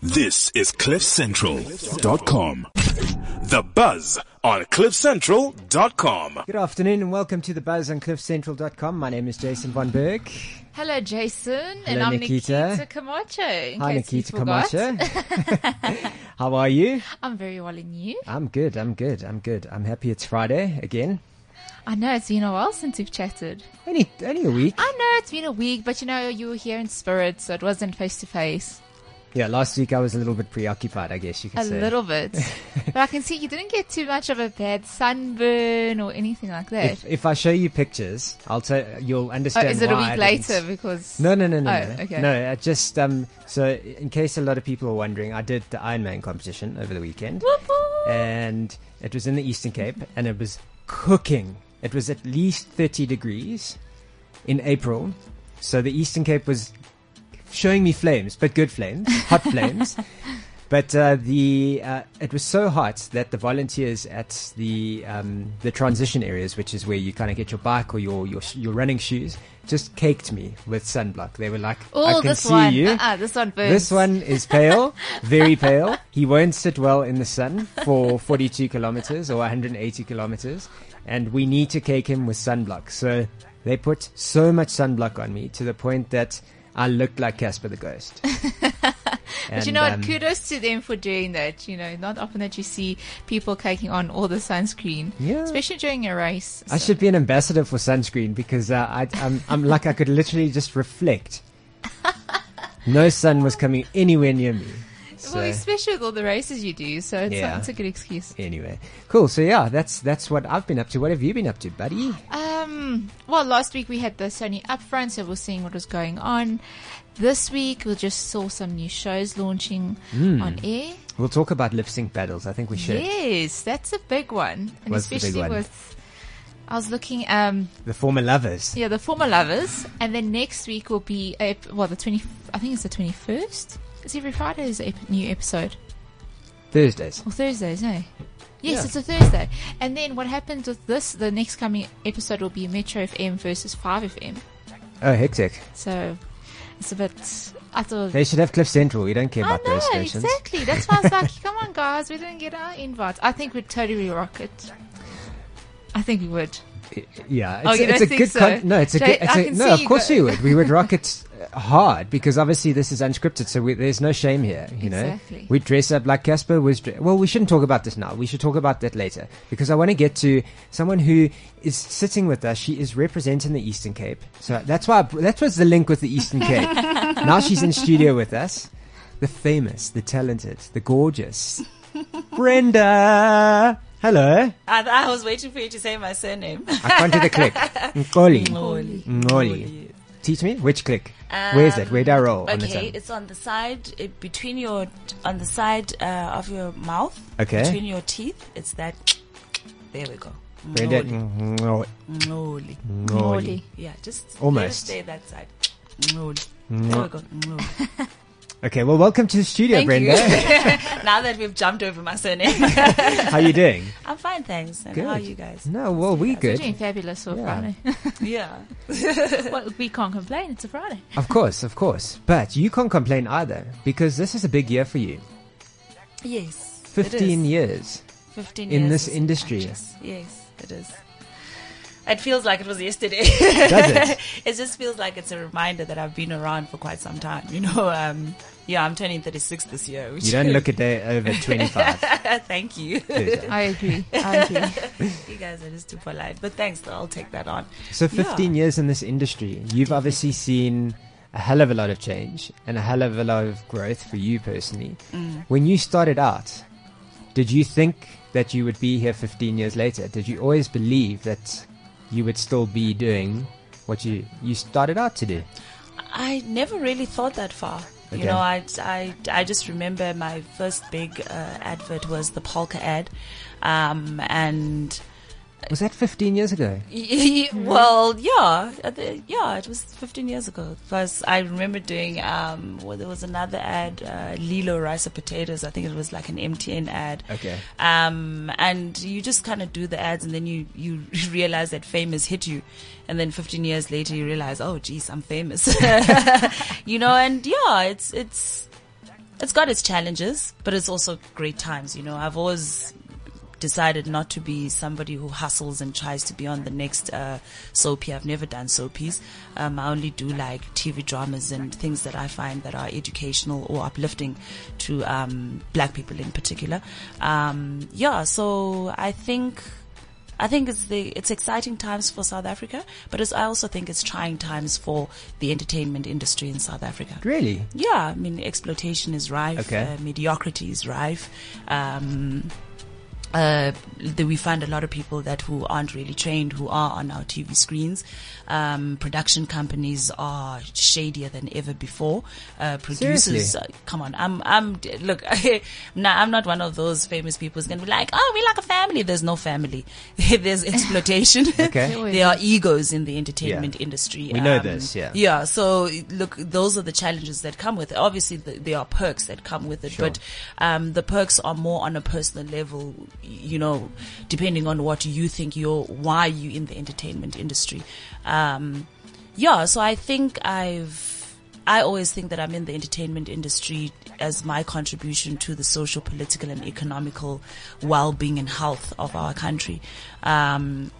This is CliffCentral.com. The Buzz on CliffCentral.com. Good afternoon and welcome to the buzz on cliffcentral.com. My name is Jason Von Berg. Hello, Jason. and Hello, I'm Nikita. Nikita, Camacho. in Hi, case you Nikita forgot. Camacho. How are you? I'm very well in you. I'm good. I'm good. I'm good. I'm happy it's Friday again. I know it's been a while since we've chatted. Only, only a week. I know it's been a week, but you know, you were here in spirit, so it wasn't face to face. Yeah, last week I was a little bit preoccupied, I guess you could A say. little bit. but I can see you didn't get too much of a bad sunburn or anything like that. If, if I show you pictures, I'll tell you'll oh, understand. is it a why I week didn't. later? Because. No, no, no, no, Oh, no. okay. No, I just um. So, in case a lot of people are wondering, I did the Ironman competition over the weekend, Whoop, whoop. and it was in the Eastern Cape, and it was cooking. It was at least thirty degrees in April, so the Eastern Cape was showing me flames, but good flames, hot flames. But uh, the uh, it was so hot that the volunteers at the um, the transition areas, which is where you kind of get your bike or your, your sh- your running shoes, just caked me with sunblock. They were like, "I Oh, can this see one. you. Uh-uh, this one burns. This one is pale, very pale. He won't sit well in the sun for 42 kilometers or 180 kilometers, and we need to cake him with sunblock. So they put so much sunblock on me to the point that I looked like Casper the Ghost. But And, you know what? um, Kudos to them for doing that. You know, not often that you see people caking on all the sunscreen, Yeah. especially during a race. I so- should be an ambassador for sunscreen because uh, I, I'm, I'm like I could literally just reflect. No sun was coming anywhere near me. So Well, especially with all the races you do, so it's, Yeah. a, it's a good excuse. anyway, cool. So yeah, that's that's what I've been up to. What have you been up to, buddy? Um, well, last week we had the Sony upfront, so we're seeing what was going on. This week we just saw some new shows launching Hmm. on air. We'll talk about lip sync battles. I think we should. Yes, that's a big one, and What's the big especially one? with. I was looking, um, The former lovers. yeah, the former lovers, and then next week will be ep- well, the twenty. I think it's the twenty first. It's every Friday is a ep- new episode. Thursdays. Or Thursdays, no? Yes, Yeah. it's a Thursday. And then what happens with this, the next coming episode will be Metro FM versus 5FM. Oh, hectic. So it's a bit. I thought. They should have Cliff Central. We don't care I about know, those stations. exactly. That's why I was like, come on, guys, we didn't get our invites. I think we'd totally rock it. I think we would. Yeah, it's, Oh, you it's don't a think good. so? no, it's a Jay, good. It's I a, can no, see of you course go- you would. We would rock it uh, hard because obviously this is unscripted, so we, there's no shame here. You know, Exactly. we dress up like Casper was. Dre- well, we shouldn't talk about this now. We should talk about that later because I want to get to someone who is sitting with us. She is representing the Eastern Cape, so that's why I, br- that was the link with the Eastern Cape. now she's in studio with us. The famous, the talented, the gorgeous Brenda. Hello. I, I was waiting for you to say my surname. I can't do the click. Nkoli. Ngoli. Ngoli. Teach me which click. Where is it? Where do I roll on the Um, Okay, tongue? it's on the side uh, between your on the side uh, of your mouth. Okay. Between your teeth, it's that. There we go. Brenda. Ngoli. Ngoli. Ngoli. Ngoli. Yeah, just let it Mm. Almost. Mm. stay that side. Ngoli. There we go. Ngoli. Okay, well, welcome to the studio, Thank you. Brenda. now that we've jumped over my surname, How you doing? I'm fine, thanks. And how are you guys? No, well, we We're good. doing fabulous for Yeah. Friday. Mm-hmm. Yeah. well, we can't complain. It's a Friday. Of course, of course. But you can't complain either because this is a big year for you. Yes. it is. 15 years. 15 in years this as industry. actress. Yes, it is. It feels like it was yesterday. Does it? it just feels like it's a reminder that I've been around for quite some time. You know, um, yeah, I'm turning 36 this year. Which You don't look a day over 25. thank you. Thursday. I agree. I agree. you guys are just too polite. But thanks, though. I'll take that on. So 15 years in this industry, you've obviously seen a hell of a lot of change and a hell of a lot of growth for you personally. When you started out, did you think that you would be here 15 years later? Did you always believe that you would still be doing what you you started out to do? I never really thought that far. Okay. You know, I, I, I just remember my first big uh, advert was the polka ad. Um, and Was that 15 years ago? Y- y- well, yeah, I thi- yeah, it was 15 years ago. Plus, I remember doing um, well, there was another ad, uh, Lilo rice and potatoes. I think it was like an MTN ad. Okay. Um, and you just kind of do the ads, and then you you realize that fame has hit you, and then 15 years later you realize, oh, geez, I'm famous. you know, and yeah, it's it's it's got its challenges, but it's also great times. You know, I've always decided not to be somebody who hustles and tries to be on the next uh, soapy. I've never done soapies. Um, I only do like TV dramas and things that I find that are educational or uplifting to um, black people in particular. Um, yeah, so I think. I think it's the it's exciting times for South Africa, but it's, I also think it's trying times for the entertainment industry in South Africa. Really? Yeah, I mean exploitation is rife, Okay. uh, mediocrity is rife. Um, uh, that we find a lot of people that who aren't really trained who are on our TV screens. Um, production companies are shadier than ever before. Uh, producers, Seriously? uh, come on, I'm, I'm, d- look, nah, I'm not one of those famous people who's gonna be like, oh, we like a family. There's no family. There's exploitation. Okay. there are egos in the entertainment Yeah. industry. Um, We know this, yeah. Yeah. So look, those are the challenges that come with it. Obviously, th there are perks that come with it, Sure. but um, the perks are more on a personal level. y- You know, depending on what you think you're, why you in the entertainment industry. Um, yeah. So I think I've. I always think that I'm in the entertainment industry as my contribution to the social, political, and economical well-being and health of our country. Um,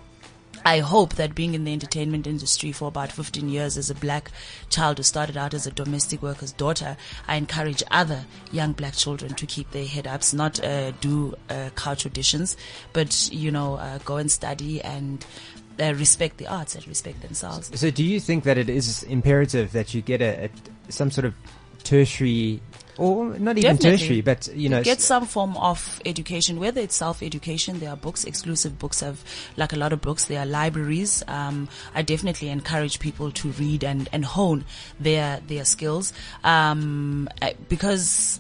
I hope that being in the entertainment industry for about 15 years as a black child who started out as a domestic worker's daughter, I encourage other young black children to keep their head ups, not uh, do uh, couch auditions, but, you know, uh, go and study and uh, respect the arts and respect themselves. So, do you think that it is imperative that you get a, a some sort of tertiary, or not even Definitely. tertiary, but you know, get s- some form of education, whether it's self-education. There are books, exclusive books have like a lot of books. There are libraries. Um, I definitely encourage people to read and, and hone their, their skills. Um, I- because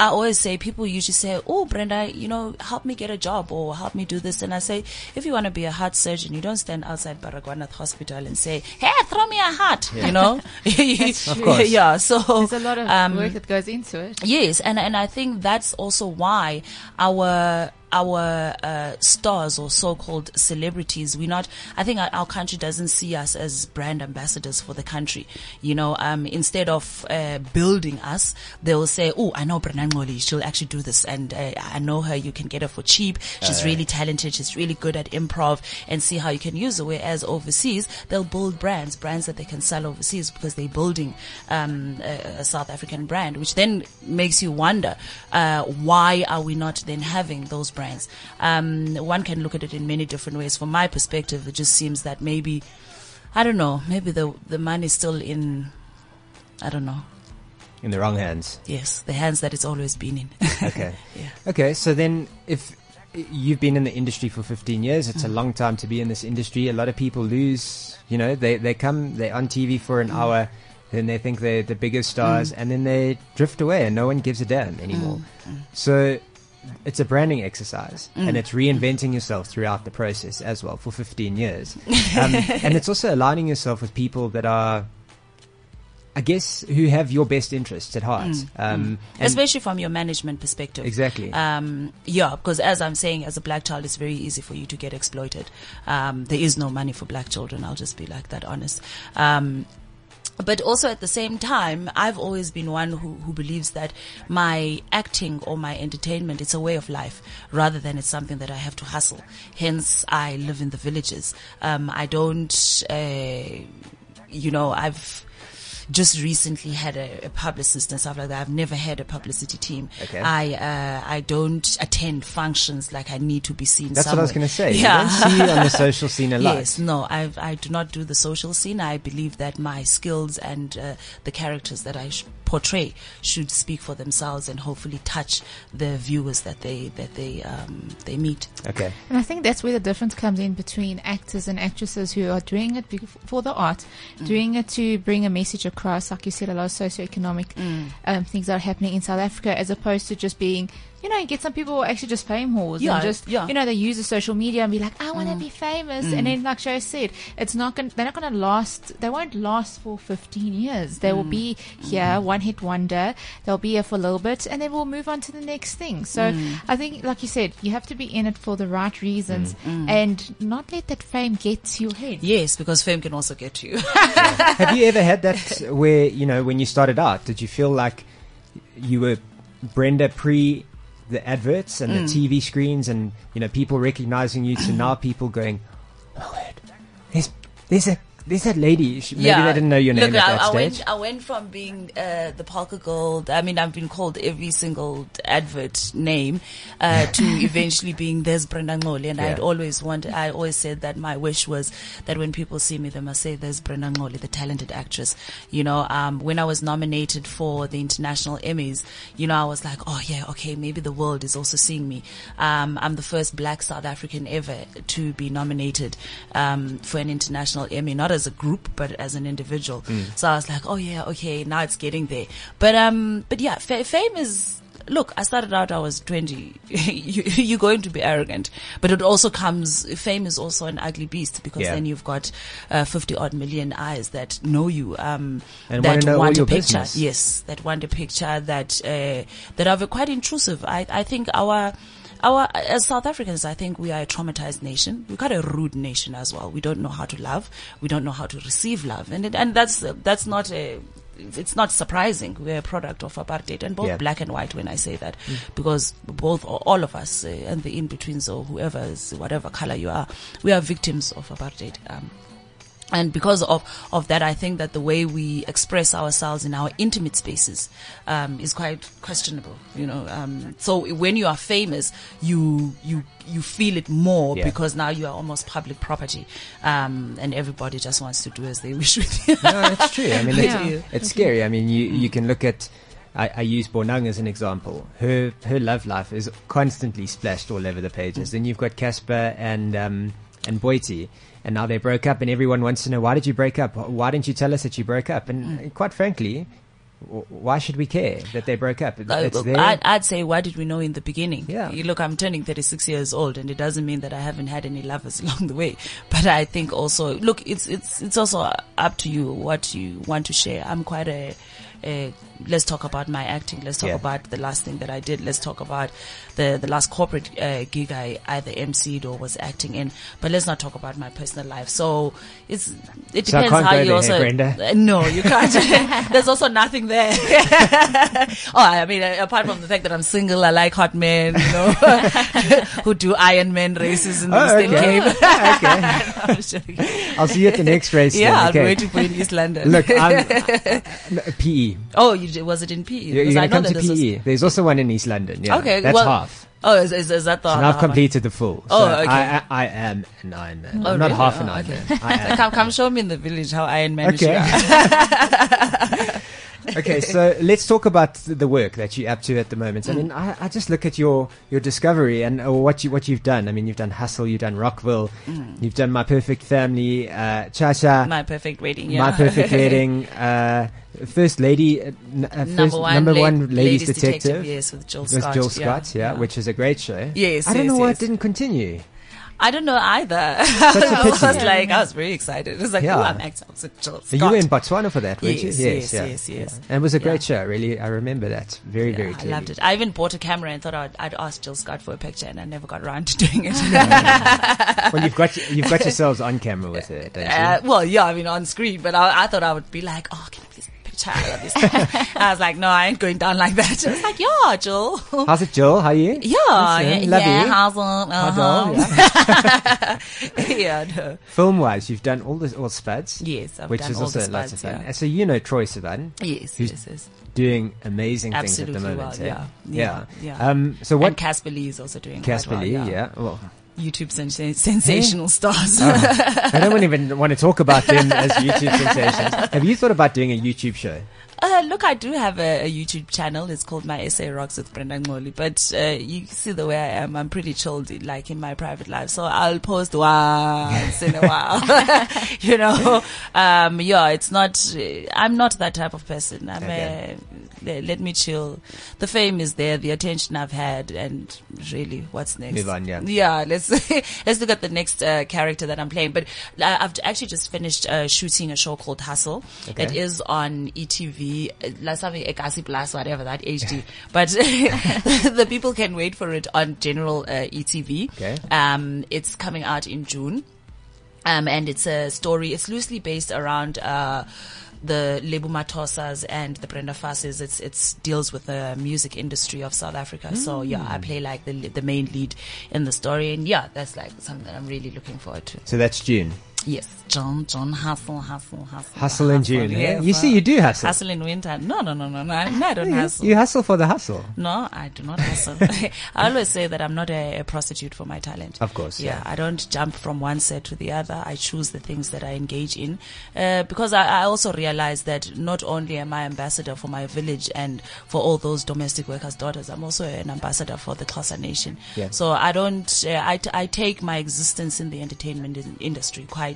I always say people usually say, "Oh, Brenda, you know, help me get a job or help me do this." And I say, if you want to be a heart surgeon, you don't stand outside Baragwanath Hospital and say, "Hey, throw me a heart," you know. Of course. Yeah. So There's a lot of um, work that goes into it. Yes, and and I think that's also why our our uh, stars or so-called celebrities, we're not. I think our, our country doesn't see us as brand ambassadors for the country. You know, um, instead of uh, building us, they'll say, "Oh, I know Brenan Ngoli. She'll actually do this, and uh, I know her. You can get her for cheap. She's really talented. She's really good at improv, and see how you can use her." Whereas overseas, they'll build brands, brands that they can sell overseas because they're building um, a, a South African brand, which then makes you wonder uh, why are we not then having those brands? Um, one can look at it in many different ways. From my perspective, it just seems that maybe I don't know, maybe the the money's still in. I don't know. in the wrong hands. Yes, the hands that it's always been in. Okay. Yeah. Okay. So then, if you've been in the industry for 15 years, it's a Mm-hmm. long time to be in this industry. A lot of people lose. You know, they they come, they're on TV for Mm. an hour, then they think they're the biggest stars, and then they drift away, and no one gives a Mm. damn anymore. So. It's a branding exercise Mm. and it's reinventing yourself throughout the process as well for 15 years. Um, and it's also aligning yourself with people that are, I guess, who have your best interests at heart. Um, and- Mm. Especially from your management perspective. Exactly. Um, yeah, because as I'm saying, as a black child, it's very easy for you to get exploited. Um, there is no money for black children. I'll just be like that, honest. Um, but also at the same time, I've always been one who, who believes that my acting or my entertainment, it's a way of life rather than it's something that I have to hustle. Hence, I live in the villages. Um, I don't, uh, you know, I've just recently had a, a publicist and stuff like that. I've never had a publicity team. Okay. I uh, I don't attend functions like I need to be seen. That's what I was going somewhere. to say. Yeah. You don't see you on the social scene a lot. Yes, no, I I do not do the social scene. I believe that my skills and uh, the characters that I sh- portray should speak for themselves and hopefully touch the viewers that they that they um, they meet. Okay. And I think that's where the difference comes in between actors and actresses who are doing it bec- for the art, Mm. doing it to bring a message across, like you said, a lot of socioeconomic Mm. um, things that are happening in South Africa, as opposed to just being, you know, you get some people who are actually just fame whores Yeah, and just, yeah. you know, they use the social media and be like, I want to be famous, and then like Joe said, it's not going, they're not going to last, they won't last for 15 years. They will be here, one hit wonder. They'll be here for a little bit, and then we'll move on to the next thing. So I think, like you said, you have to be in it for the right reasons and not let that fame get to your head. Yes, because fame can also get you. Have you ever had that where, you know, when you started out, did you feel like you were Brenda pre the adverts and Mm. the TV screens and you know people recognizing you to now people going, oh my word, there's there's a there's that lady. She, maybe they didn't know your name Look, at I, that I stage. went, I went from being uh, the Parker Gold. I mean, I've been called every single advert name uh, to eventually being there's Brenda Ngoli. And I'd Yeah. always wanted, I always said that my wish was that when people see me, they must say there's Brenda Ngoli, the talented actress. You know, um, when I was nominated for the international Emmys, you know, I was like, oh yeah, okay, maybe the world is also seeing me. Um, I'm the first Black South African ever to be nominated um, for an international Emmy, not as a group but as an individual. So I was like, oh yeah, okay, now it's getting there. But um, but yeah, fa- fame is. Look, I started out. I was twenty. you, you're going to be arrogant, but it also comes. Fame is also an ugly beast because Yeah. then you've got uh, fifty odd million eyes that know you, um, And wanna that know all want a your picture. business. Yes, that want a picture that uh, that are quite intrusive. I I think our our as South Africans, I think we are a traumatized nation. We're quite a rude nation as well. We don't know how to love. We don't know how to receive love, and it, and that's that's not a. It's not surprising. We're a product of apartheid, and both Yeah. black and white. When I say that, because both or all of us uh, and the in betweens or whoever is whatever color you are, we are victims of apartheid. Um, and because of, of that, I think that the way we express ourselves in our intimate spaces um, is quite questionable. You know, um, so when you are famous, you you you feel it more Yeah. because now you are almost public property, um, and everybody just wants to do as they wish with you. no, it's true. I mean, Yeah. it's, it's scary. I mean, you, Mm. you can look at. I, I use Bornang as an example. Her her love life is constantly splashed all over the pages. Then you've got Casper and um, and Boiti, and now they broke up, and everyone wants to know why did you break up? Why didn't you tell us that you broke up? And Mm. uh, quite frankly, w- why should we care that they broke up? It- Uh, It's look, their I'd, I'd say, why did we know in the beginning? Yeah. You Look, I'm turning 36 years old, and it doesn't mean that I haven't had any lovers along the way. But I think also, look, it's it's it's also up to you what you want to share. I'm quite a. a let's talk about my acting. Let's talk Yeah. about the last thing that I did. Let's talk about the the last corporate uh, gig I either emceed or was acting in. But let's not talk about my personal life. So it's it depends So I can't how go you there, also. Brenda. Uh, No, you can't. There's also nothing there. oh, I mean, uh, apart from the fact that I'm single, I like hot men, you know, who do Iron Man races in the Oh, Eastern okay. Cape. Yeah, okay. I'm joking. I'll see you at the next race. yeah, then. I'm Okay. waiting for you in East London. Look, E. I'm, no, PE. oh, you, did- was it in PE? You're, Because going to come that to E. this was- PE. There's also one in East London. Yeah, Okay, that's well, half. Oh, is, is, is that the? And the I've completed the full. Oh, So okay. I, I, I am an Iron Man. Oh, I'm not really? half an Oh, Iron okay. Man. I am. Come, come, show me in the village how Iron Man. Okay. is. okay, so let's talk about th- the work that you're up to at the moment. I mean, Mm. I, I just look at your, your discovery and uh, what you what you've done. I mean, you've done Hustle, you've done Rockville, you've done My Perfect Family, uh, Cha Cha, My, Mm. My perfect rating. Yeah. Perfect Wedding, uh, First Lady, uh, n- uh, first, number one, number la- one Ladies, Detective. Yes, with Jill With Scott. Jill Scott, yeah, which is a great show. Yes, I don't yes, know why yes. it didn't continue. I don't know either. Such a I was pity. like, I was very excited. It was like, Yeah. oh, I'm acting. I was like, Jill So You were in Scott. Botswana for that, weren't Yes, you? yes, yes, yes. And it was a Yeah. great show, really. I remember that very, Yeah, very I clearly. loved it. I even bought a camera and thought I'd, I'd ask Jill Scott for a picture, and I never got around to doing it. Well, you've got you've got yourselves on camera with it, don't you? Uh, well, yeah, I mean on screen, but I, I thought I would be like, oh, can I please get a picture? I love this. I was like, no, I ain't going down like that. I was like, yeah, Jill. How's it, Joel? How are you? Yeah, yeah, Love yeah, you. how's it? Uh-huh. yeah, no. Film wise, you've done all the all Spuds. Yes, I've which done is all also the lots of Spuds, fun. yeah. And So you know Troy Sivan, yes, Who's- yes, yes. doing amazing things Absolutely at the well, moment. yeah, eh? yeah, yeah. Um, so And what? Casper Lee is also doing Casper quite well, Lee, yeah. Well, YouTube sens- sensational stars. I don't even want to talk about them as YouTube sensations. Have you thought about doing a YouTube show? Uh, look, I do have a, a YouTube channel. It's called My Essay Rocks with Brenda Ngoli. But uh, you see the way I am. I'm pretty chilled, in- like in my private life. So I'll post once in a while. you know, um, yeah, it's not. uh, I'm not that type of person. I'm Okay. a, le- let me chill. The fame is there, the attention I've had, and really, what's next? Move on, yeah. yeah let's let's look at the next uh, character that i'm playing but uh, i've actually just finished uh, shooting a show called hustle Okay. it is on etv uh, last time ekasi plus whatever that hd but the people can wait for it on general uh, etv Okay. um it's coming out in june um, and it's a story. It's loosely based around uh, the Lebu Matosas and the Brenda Fasses. It's it's deals with the music industry of South Africa. So Hmm. yeah, I play like the li- the main lead in the story, and yeah, that's like something I'm really looking forward to. So that's June. Yes, John, John, hustle, hustle, hustle, Hustle in June. eh? yes, you uh, see, you do hustle. hustle in winter. No, no, no, no, no. I, no, I don't hustle. You hustle for the hustle. No, I do not hustle. I always say that I'm not a, a prostitute for my talent. Of course, yeah. I don't jump from one set to the other. I choose the things that I engage in uh, because I, I also realize that not only am I ambassador for my village and for all those domestic workers' daughters, I'm also an ambassador for the Xhosa nation. Yeah. So I don't. Uh, I, t- I take my existence in the entertainment in- industry quite.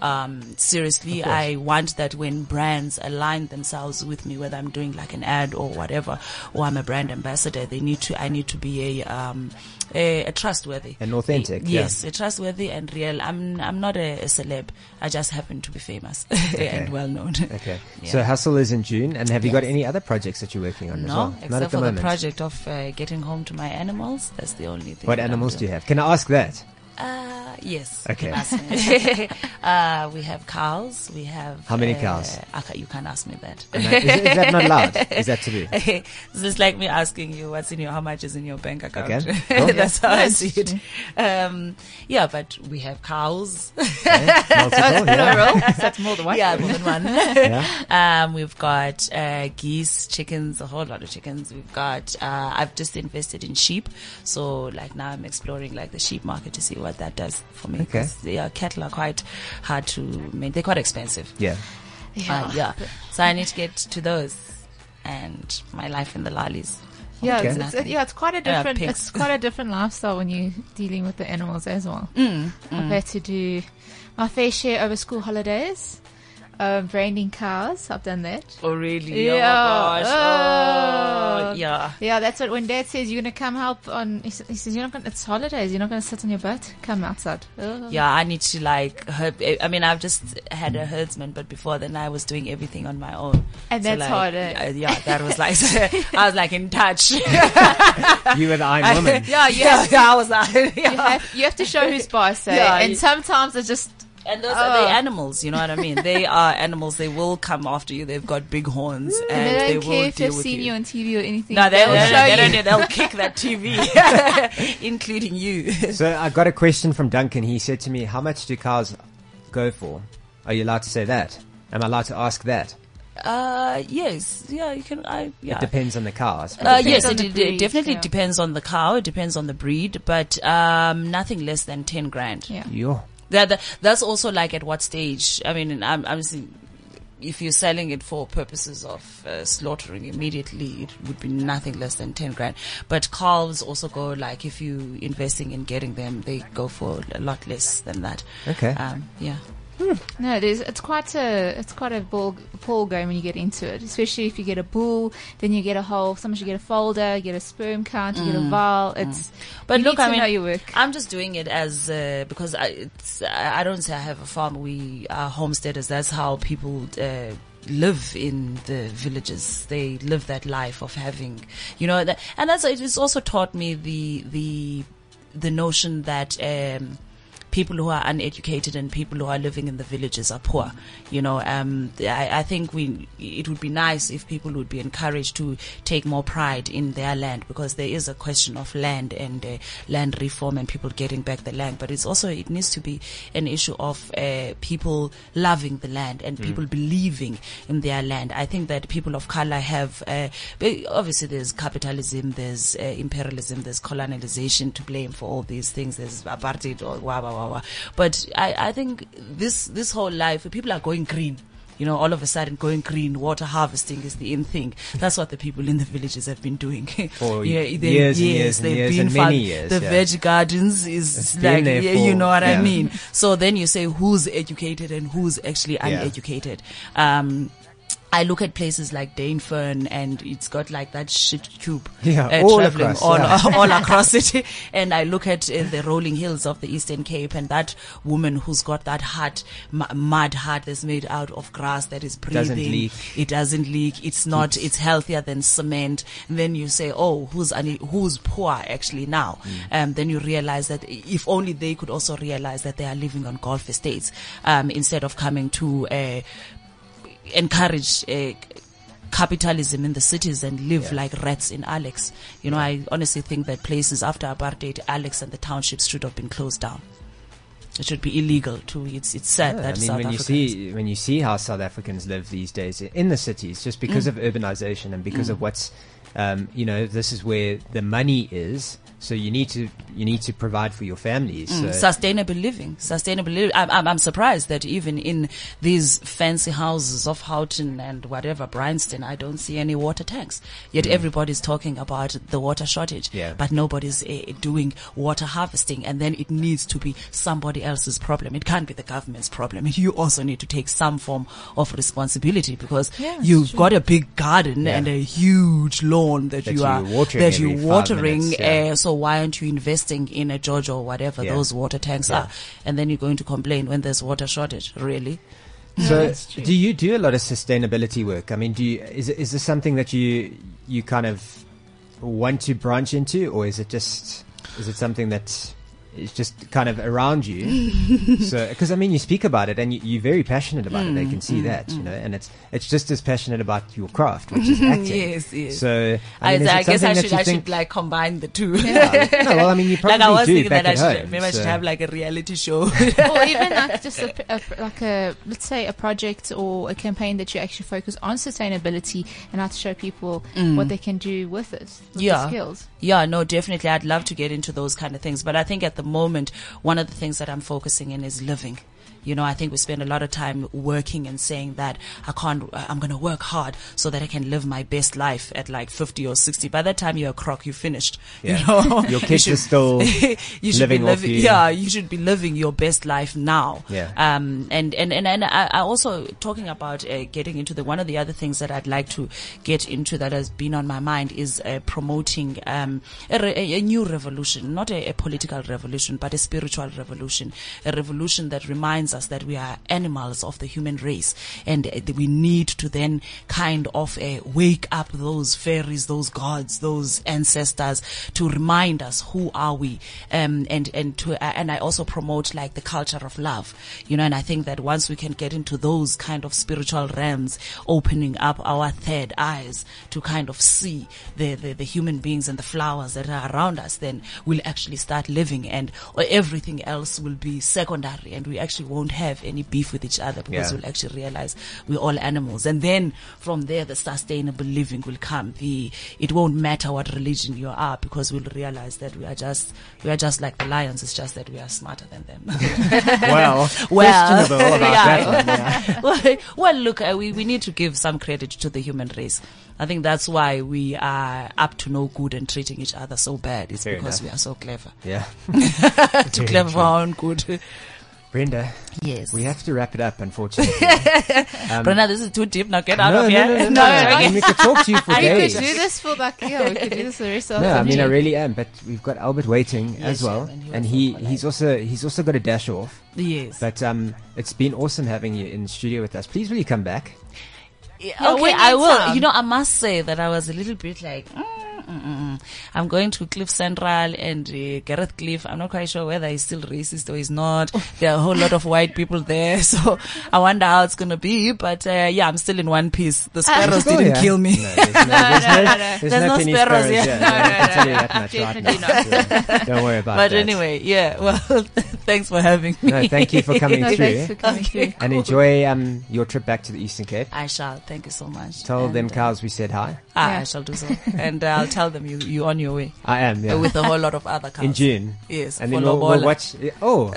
Um, seriously, I want that when brands align themselves with me, whether I'm doing like an ad or whatever, or I'm a brand ambassador, they need to, I need to be a, um, a, a trustworthy. And authentic, yeah. Yes, a trustworthy and real. I'm, I'm not a, a celeb. I just happen to be famous and well known. Okay. Yeah. So hustle is in June, and have you got Yes. any other projects that you're working on as well? no, except Not at the for moment. the project of uh, getting home to my animals. That's the only thing. What that I'm animals do doing. you have? Can I ask that? Uh, yes. Okay. You can ask me. uh, we have cows. We have. How many uh, cows? Okay, you can't ask me that. No, Is, is that not allowed? Is that taboo? this is like me asking you what's in your, how much is in your bank account. Okay. Cool. That's how I Nice. see it. Um, yeah, but we have cows. Multiple? Yeah. That's more than one. yeah, more than one. Yeah. Um, we've got uh, geese, chickens, a whole lot of chickens. We've got. Uh, I've just invested in sheep, so like now I'm exploring like the sheep market to see what that does for me. Okay. 'cause the uh, cattle are quite hard to make. They're quite expensive. Yeah. Uh, yeah. So I need to get to those, and my life in the lollies. Yeah, Okay. it's, it's, yeah, it's quite a Yeah, different. pigs. it's quite a different lifestyle when you're dealing with the animals as well. Mm, I've had to do my fair share over school holidays, um, branding cows. I've done that. Oh really? Oh, my Yeah. gosh. Oh, Oh. yeah. Yeah, that's what when Dad says you're gonna come help on. He sa- he says you're not gonna. It's holidays. You're not gonna sit on your butt. Come outside. Oh. Yeah, I need to like herb. I mean, I've just had a herdsman, but before then I was doing everything on my own. And that's like, hard, eh? Yeah, yeah, that was like I was like in touch. You were the Iron Woman. yeah, yeah, I was like, You yeah. have, you have to show who's boss, eh? Yeah, you- and sometimes it's just And those are the Oh. animals. You know what I mean? They are animals. They will come after you. They've got big horns, and Mm, they they, don't care will if they've deal with seen you. you. on TV or anything. No, they, They'll will show they you. don't. They'll kick that TV, including you. So I got a question from Duncan. He said to me, "How much do cows go for? Are you allowed to say that? Am I allowed to ask that? Uh, yes, yeah, you can. I yeah. Depends on the cows. Uh, Depends yes, on it, the it breed, definitely yeah. depends on the cow. It depends on the breed, but um, nothing less than ten grand. Yeah. Yo. That, that- that's also like at what stage? I mean, I'm I'm seeing if you're selling it for purposes of uh, slaughtering immediately, it would be nothing less than ten grand. But calves also go like if you investing in getting them, they go for a lot less than that. Okay. Um, yeah. No, there's it's quite a it's quite a ball ball game when you get into it, especially if you get a bull, then you get a whole. Sometimes you get a folder, you get a sperm count, you get a vial. It's Mm. But you look, need to I mean, know your work. I'm just doing it as uh, because I, it's, I I don't say I have a farm. We are homesteaders. That's how people uh, live in the villages. They live that life of having, you know, that, and that's it has also taught me the the the notion that. Um, People who are uneducated and people who are living in the villages are poor. You know, um, I, I think we it would be nice if people would be encouraged to take more pride in their land because there is a question of land and uh, land reform and people getting back the land. But it's also it needs to be an issue of uh, people loving the land and people believing in their land. I think that people of color have uh, be- obviously there's capitalism, there's uh, imperialism, there's colonization to blame for all these things. There's apartheid or wah wah wah wah. But I, I think this this whole life people are going green. You know, all of a sudden going green, water harvesting is the in thing. That's what the people in the villages have been doing. For You know, years they- and years and they've years been and many farm- years, The yeah. veg gardens is It's been like, there yeah, you for- know what yeah. I mean? So then you say who's educated and who's actually Yeah. uneducated. Um, I look at places like Danefern and it's got like that shit cube uh, Yeah, all traveling across, all, yeah. all across it. And I look at uh, the rolling hills of the Eastern Cape and that woman who's got that hut, m- mud hut that's made out of grass that is breathing. Doesn't leak. It doesn't leak. It's not, it's healthier than cement. And then you say, oh, who's, un- who's poor actually now? Mm. Um, then you realize that if only they could also realize that they are living on golf estates, um, instead of coming to, uh, encourage uh, capitalism in the cities and live like rats in Alex. You know, I honestly think that places after apartheid, Alex and the townships should have been closed down. It should be illegal too. It's it's sad Yeah, that I mean, South when you Africans- see when you see how South Africans live these days in the cities, just Mm. because of urbanization and because of what's, um, you know, this is where the money is. So you need to you need to provide for your families. Mm, So sustainable living, sustainable living. I'm, I'm, I'm surprised that even in these fancy houses of Houghton and whatever, Bryanston, I don't see any water tanks. Yet everybody's talking about the water shortage, Hmm. Yeah. but nobody's uh, doing water harvesting. And then it needs to be somebody else's problem. It can't be the government's problem. You also need to take some form of responsibility because Yeah, it's you've true. got a big garden Yeah. and a huge lawn that, That you you're are watering that every you're five watering. minutes, yeah. uh, so why aren't you investing in a George or whatever Yeah. those water tanks Yeah. are? And then you're going to complain when there's water shortage, really? so do you do a lot of sustainability work? I mean, do you is it- is this something that you you kind of want to branch into, or is it just is it something that is just kind of around you? so because I mean, you speak about it and you, you're very passionate about Mm, it. I can see that, you know, and it's it's just as passionate about your craft, which is acting. Yes, yes. So I, I, mean, is I it guess something I that should you I think- should like combine the two. Yeah. No, well, I mean, you probably like I was do thinking back that I at should home, maybe I should so- have like a reality show. or even like just a, a, like a let's say a project or a campaign that you actually focus on sustainability and how to show people what they can do with it, with Mm. Yeah. the skills. Yeah, no, definitely. I'd love to get into those kind of things. But I think at the moment, one of the things that I'm focusing in is living. You know, I think we spend a lot of time working and saying that I can't, I'm going to work hard so that I can live my best life at like 50 or 60. By that time, you're a crock, you're finished. Yeah. You know, You Your kids are still you should living be off living, you. yeah, uh, you should be living your best life now. Yeah. Um, and, and, and, and I, I also talking about uh, getting into the, one of the other things that I'd like to get into that has been on my mind is uh, promoting, um, a, re- a a new revolution, not a, a political revolution, but a spiritual revolution, a revolution that reminds us that we are animals of the human race and uh, that we need to then kind of uh, wake up those fairies, those gods, those ancestors to remind us who are we um, and and to uh, and I also promote like the culture of love you know and I think that once we can get into those kind of spiritual realms opening up our third eyes to kind of see the the, the human beings and the flowers that are around us then we'll actually start living and or everything else will be secondary and we actually won't have any beef with each other because Yeah. we'll actually realize we're all animals and then from there the sustainable living will come the it won't matter what religion you are because we'll realize that we are just we are just like the lions it's just that we are smarter than them well, Well, questionable about yeah. that one. yeah. well, well look uh, we, we need to give some credit to the human race i think that's why we are up to no good and treating each other so bad it's Fair because enough. we are so clever Yeah. too clever for our own good Brenda, yes we have to wrap it up, unfortunately. Um, Brenda, this is too deep. Now get out no, of no, here. no, no, No, no, no. okay. I mean, we could talk to you for We could days. do this for like yeah, we could do this the rest of No, I the mean, I day. really am. But we've got Albert waiting as Yes, well, and he was up and he, for he's also he's also got a dash off. Yes. But um, it's been awesome having you in the studio with us. Please, will you come back? Yeah, okay, when um, I in will. town. You know, I must say that I was a little bit like, mm, mm, mm. I'm going to Cliff Central and uh, Gareth Cliff. I'm not quite sure whether he's still racist or he's not. There are a whole lot of white people there, so I wonder how it's gonna be. But uh, yeah, I'm still in one piece. The sparrows Oh, didn't yeah. kill me. No, there's no, there's no, no, no. There's There's no no penny sparrows, yeah. sparrows. yeah. I can tell you that much right Definitely now. Yeah. Don't worry about but that. anyway, yeah. Well, thanks for having me. No, thank you for coming No, through. thanks for coming Okay. through. and enjoy um, your trip back to the Eastern Cape. I shall. Thank you so much. Tell And, them uh, cows we said hi. ah, Yeah. I shall do so, and uh, I'll tell them you you on your way I am, yeah. with a whole lot of other cows. In June. Yes, And then for we'll, we'll Lobola. watch. Oh,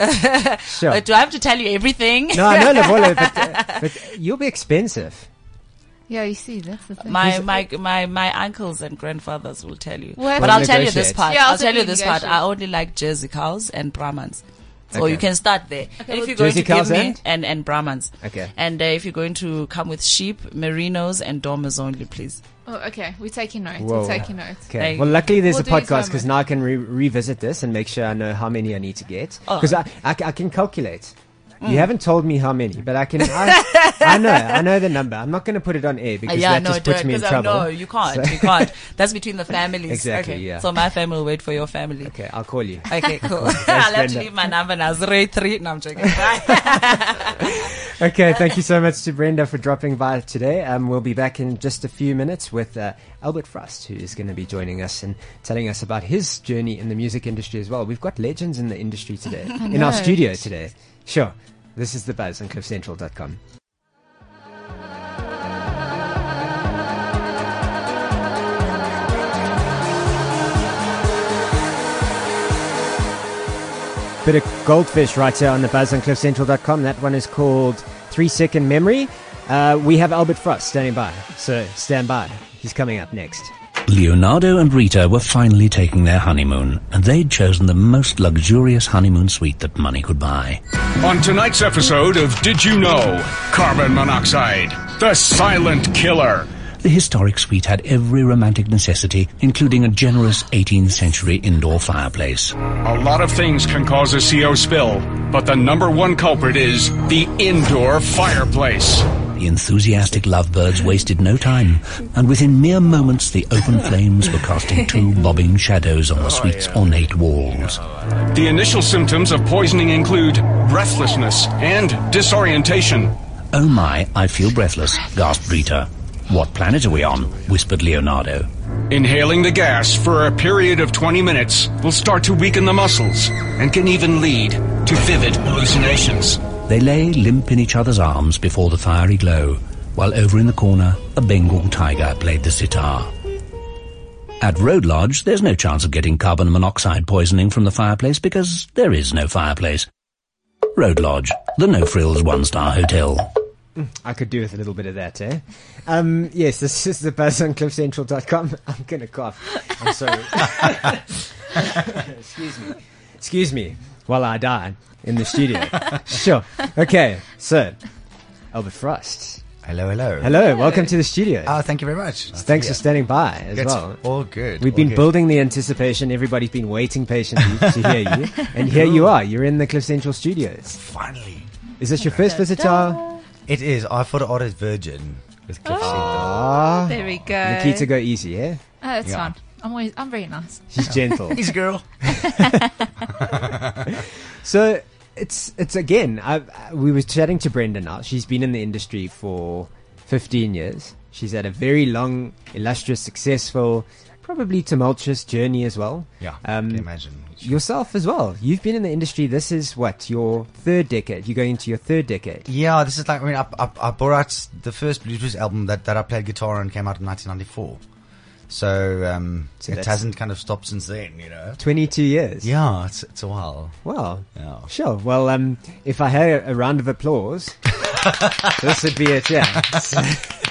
sure. Uh, do I have to tell you everything? no, I know Lobola, but, uh, but you'll be expensive. Yeah, you see, that's the thing. My, my my my uncles and grandfathers will tell you. Well, but We'll I'll tell you this negotiate. part. Yeah, I'll also tell you we this part. I negotiate. only like Jersey cows and Brahmans. So Okay. you can start there. And if you're going Jersey to give cows me and? and? and Brahmans. Okay. And uh, if you're going to come with sheep, merinos and dormers only, please. oh, okay, we're taking notes. Whoa. We're taking notes. Okay. Thank well, you. luckily there's We'll a do it podcast because somewhere. now I can re- revisit this and make sure I know how many I need to get. Oh. Mm. Because I, I, I can calculate. You haven't told me how many, but I can. I, I know. I know the number. I'm not going to put it on air because yeah, that no, just puts don't, me in 'cause I- trouble. No, you can't. You can't. That's between the families. Exactly, Okay. yeah. So my family will wait for your family. Okay, I'll call you. Okay, cool. I'll have to Brenda. leave my number now. Zero three. No, I'm joking. Okay, thank you so much to Brenda for dropping by today. Um, we'll be back in just a few minutes with uh, Albert Frost, who is going to be joining us and telling us about his journey in the music industry as well. We've got legends in the industry today, in our know. studio today. Sure. This is The Buzz on CliffCentral.com. Bit of goldfish right here on the buzz on cliffcentral.com. That one is called Three Second Memory. Uh, we have Albert Frost standing by, so stand by. He's coming up next. Leonardo and Rita were finally taking their honeymoon, and they'd chosen the most luxurious honeymoon suite that money could buy. On tonight's episode of Did You Know? Carbon monoxide, the silent killer. The historic suite had every romantic necessity, including a generous 18th century indoor fireplace. A lot of things can cause a CO spill, but the number one culprit is the indoor fireplace. The enthusiastic lovebirds wasted no time, and within mere moments the open flames were casting two bobbing shadows on the suite's ornate walls. The initial symptoms of poisoning include breathlessness and disorientation. Oh my, I feel breathless, gasped Rita. What planet are we on? whispered Leonardo. Inhaling the gas for a period of 20 minutes will start to weaken the muscles and can even lead to vivid hallucinations. They lay limp in each other's arms before the fiery glow, while over in the corner, a Bengal tiger played the sitar. At Road Lodge, there's no chance of getting carbon monoxide poisoning from the fireplace because there is no fireplace. Road Lodge, the no frills one star hotel. I could do with a little bit of that, eh? Um, yes, this is the buzz on cliffcentral.com. I'm going to cough. I'm sorry. Excuse me. Excuse me while I die in the studio. sure. Okay, so Albert Frost. Hello, hello. Hello, welcome to the studio. Oh, thank you very much. Nice to be Thanks for here. standing by as Good. well. All good. We've all been good. building the anticipation. Everybody's been waiting patiently to hear you. And here you are. You're in the Cliff Central Studios. Finally. Is this your first visit to our It is. I thought Otta's Virgin with Cliff Central. Ah, There we go. Nikita go easy, eh? Oh, it's Yeah. fine. I'm always, I'm very nice. She's gentle. He's a girl. so it's it's again. I, I- we were chatting to Brenda now. She's been in the industry for 15 years. She's had a very long, illustrious, successful, probably tumultuous journey as well. Yeah. Um, can imagine. yourself as well. You've been in the industry. This is what your third decade. You're going into your third decade. Yeah, this is like, I mean, I, I, I brought out the first Bluetooth album that, that I played guitar on came out in 1994. So, um, So it that's- hasn't kind of stopped since then, you know? 22 years. Yeah, it's, it's a while. Wow. Yeah. Sure. Well, um, if I had a round of applause, this would be it. Yeah.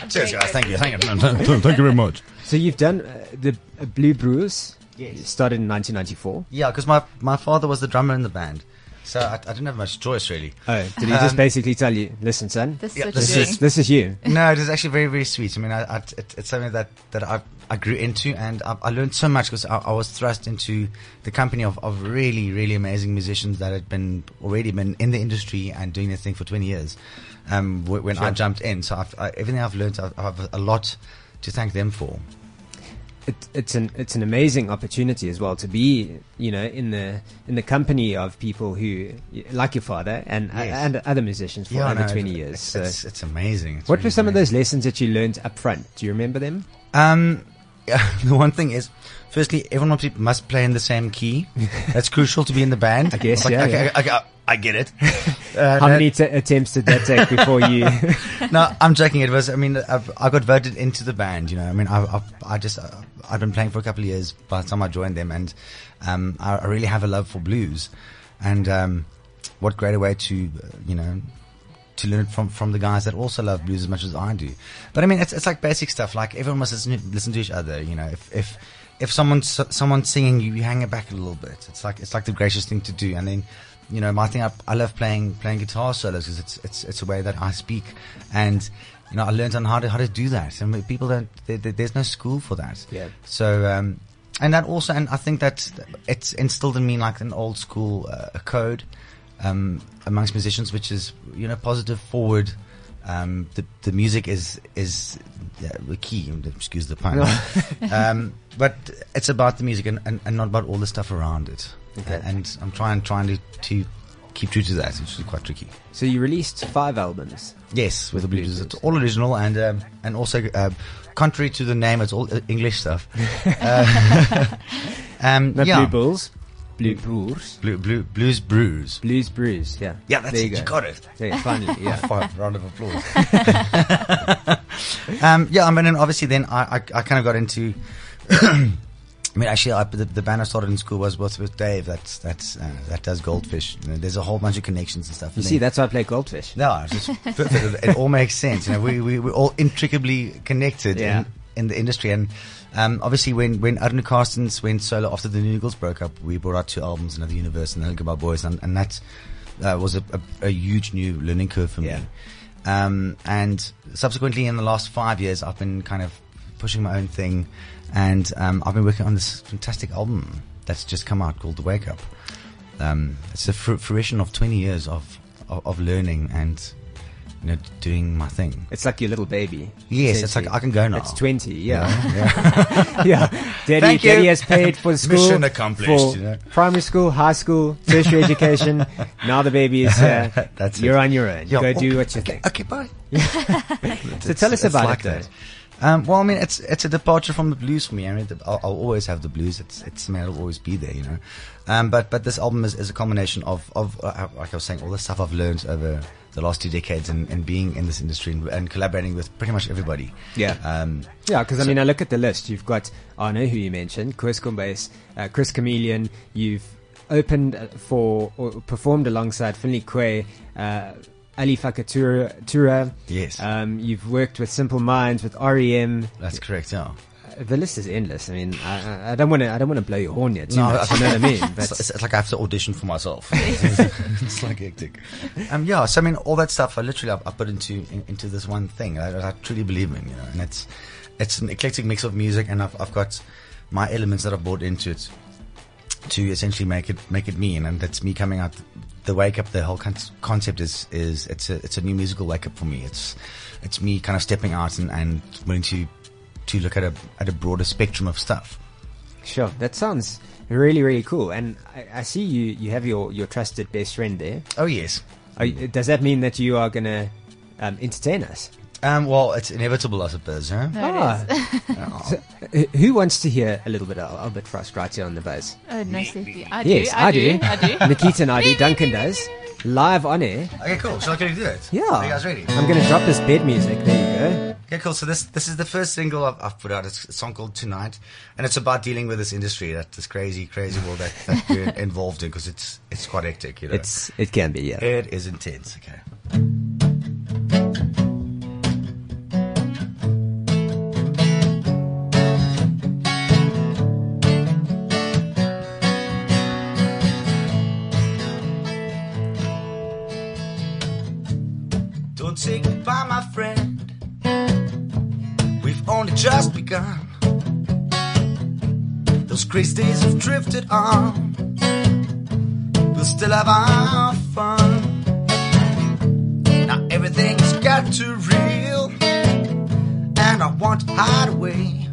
Cheers, guys. Thank you. Thank you. Thank you very much. So you've done uh, the uh, Blue Brewers. Yes. You Started in 1994. Yeah, because my, my father was the drummer in the band. So I, I didn't have much choice, really. Oh, did he just basically tell you, listen, son, This Yeah, is what this you're is- doing. this is you? No, it is actually very, very sweet. I mean, I, I, it, it's something that, that I, I grew into and I, I learned so much because I, I was thrust into the company of, of really, really amazing musicians that had been already been in the industry and doing this thing for 20 years um, wh- when I jumped in. So I've, I, everything I've learned, I've, I've a lot to thank them for. It, it's an it's an amazing opportunity as well to be you know in the in the company of people who like your father and Yes. and other musicians for over no, twenty it- years. It's, so. it's, it's amazing. It's what really were some of amazing. those lessons that you learned up front? Do you remember them? Um, the one thing is, firstly, everyone must be- must play in the same key. That's crucial to be in the band. I guess, yeah, okay, yeah. okay, okay, I get it. Uh, How no, many t- attempts did that take before you? No, I'm joking. It was. I mean, I've, I got voted into the band. You know, I mean, I, I, I just uh, I've been playing for a couple of years by the time I joined them, and um, I, I really have a love for blues, and um, what greater way to uh, you know to learn it from from the guys that also love blues as much as I do. But I mean, it's it's like basic stuff. Like everyone must listen to, listen to each other. You know, if if if someone's someone's singing, you, you hang it back a little bit. It's like it's like the gracious thing to do. And then, you know, my thing I, I love playing playing guitar solos because it's it's it's a way that I speak and. You know, I learned on how to how to do that, and we- people don't. There, there- there's no school for that. Yeah. So, um, and that also, and I think that it's instilled in me like an old school uh, code, um, amongst musicians, which is you know positive, forward. Um, the the music is is yeah, the key. Excuse the pun. um, but it's about the music and, and, and not about all the stuff around it. Okay. And I'm trying trying to, to keep true to that, which is quite tricky. So you released five albums. Yes, with the blues. It's all original and um, and also uh, contrary to the name, it's all uh, English stuff. Uh, um, Not yeah. Blue Bulls, Blue Brewers, Blue, blue, blues brews. Blues Brews. Yeah. Yeah, that's there it. you You, go. got it. Yeah, finally. Yeah. Five round of applause. um, yeah, I mean, and obviously, then I, I, I kind of got into. I mean, actually, I, the, the band I started in school was was with Dave. That's that's uh, that does goldfish. You know, there's a whole bunch of connections and stuff. You And see, then- that's why I play Goldfish. No, it's just perfect. it, it all makes sense. You know, we we we're all intricately connected Yeah. in, in the industry, and um, obviously when when Arne Carstens went solo after the Noogles broke up, we brought out two albums, Another Universe and The Link of Our Boys, and, and that uh, was a, a, a huge new learning curve for Yeah. me. Um, and subsequently, in the last five years, I've been kind of pushing my own thing, and um, I've been working on this fantastic album that's just come out called The Wake Up. Um, it's the fru- fruition of 20 years of, of, of learning and you know doing my thing. It's like your little baby. Yes, it's like essentially. I can go now. It's 20, yeah. Yeah. Yeah. Daddy, Thank you. Daddy has paid for school. Mission accomplished, For you know. Primary school, high school, tertiary education. Now the baby is here. That's You're it. on your own. Yeah, Go okay, do what you okay, think. Okay, bye. So tell us about it, though. Um, well, I mean, it's it's a departure from the blues for me. I mean, the, I'll, I'll always have the blues. It's it's I mean, it'll always be there, you know. Um, but but this album is, is a combination of of uh, like I was saying, all the stuff I've learned over the last two decades and, and being in this industry and, and collaborating with pretty much everybody. Yeah. Um, Yeah, because I mean, I look at the list. You've got Arno, who you mentioned, Chris Kumbase, uh, Chris Chameleon. You've opened uh, for or performed alongside Finley Quay, uh, Ali Fakatura. Tura. Yes. Um, you've worked with Simple Minds, with E REM. that's correct. Yeah. Uh, The list is endless. I mean, I, I- I don't want to. I don't want to blow your horn yet. Too No, much, I- you know what I mean? But It's, it's- it's like I have to audition for myself. it's like hectic. Um, yeah, so I mean, all that stuff I literally I, I put into in- into this one thing. I, I truly believe in, you know, and it's it's an eclectic mix of music, and I've, I've got my elements that I've brought into it to essentially make it make it me, and, and that's me coming out. The wake up, the whole con- concept is is it's a it's a new musical wake up for me. It's it's me kind of stepping out and, and willing to to look at a at a broader spectrum of stuff. sure, that sounds really, really cool. And I, I see you. You have your your trusted best friend there. Oh yes. Are, you- does that mean that you are going to um, entertain us? Um, well, it's inevitable, I suppose, huh? Ah. So, uh, who wants to hear a little bit of Albert Frost right here on the buzz? Oh, no, Sophie. I yes, do. I, do. I do. Nikita and I do. Duncan does. Live on air. Okay, cool. So I can do it. Yeah. Are you guys ready? I'm going to drop this bed music. There you go. Okay, cool. So this this is the first single I've, I've put out. It's a song called Tonight, and it's about dealing with this industry, that this crazy, crazy world that, that we're involved in, because it's it's quite hectic, you know. It's it can be yeah. it is intense. Okay. Don't say goodbye, my friend. We've only just begun. Those crazy days have drifted on. We'll still have our fun. Now everything's got too real, and I want to hide away.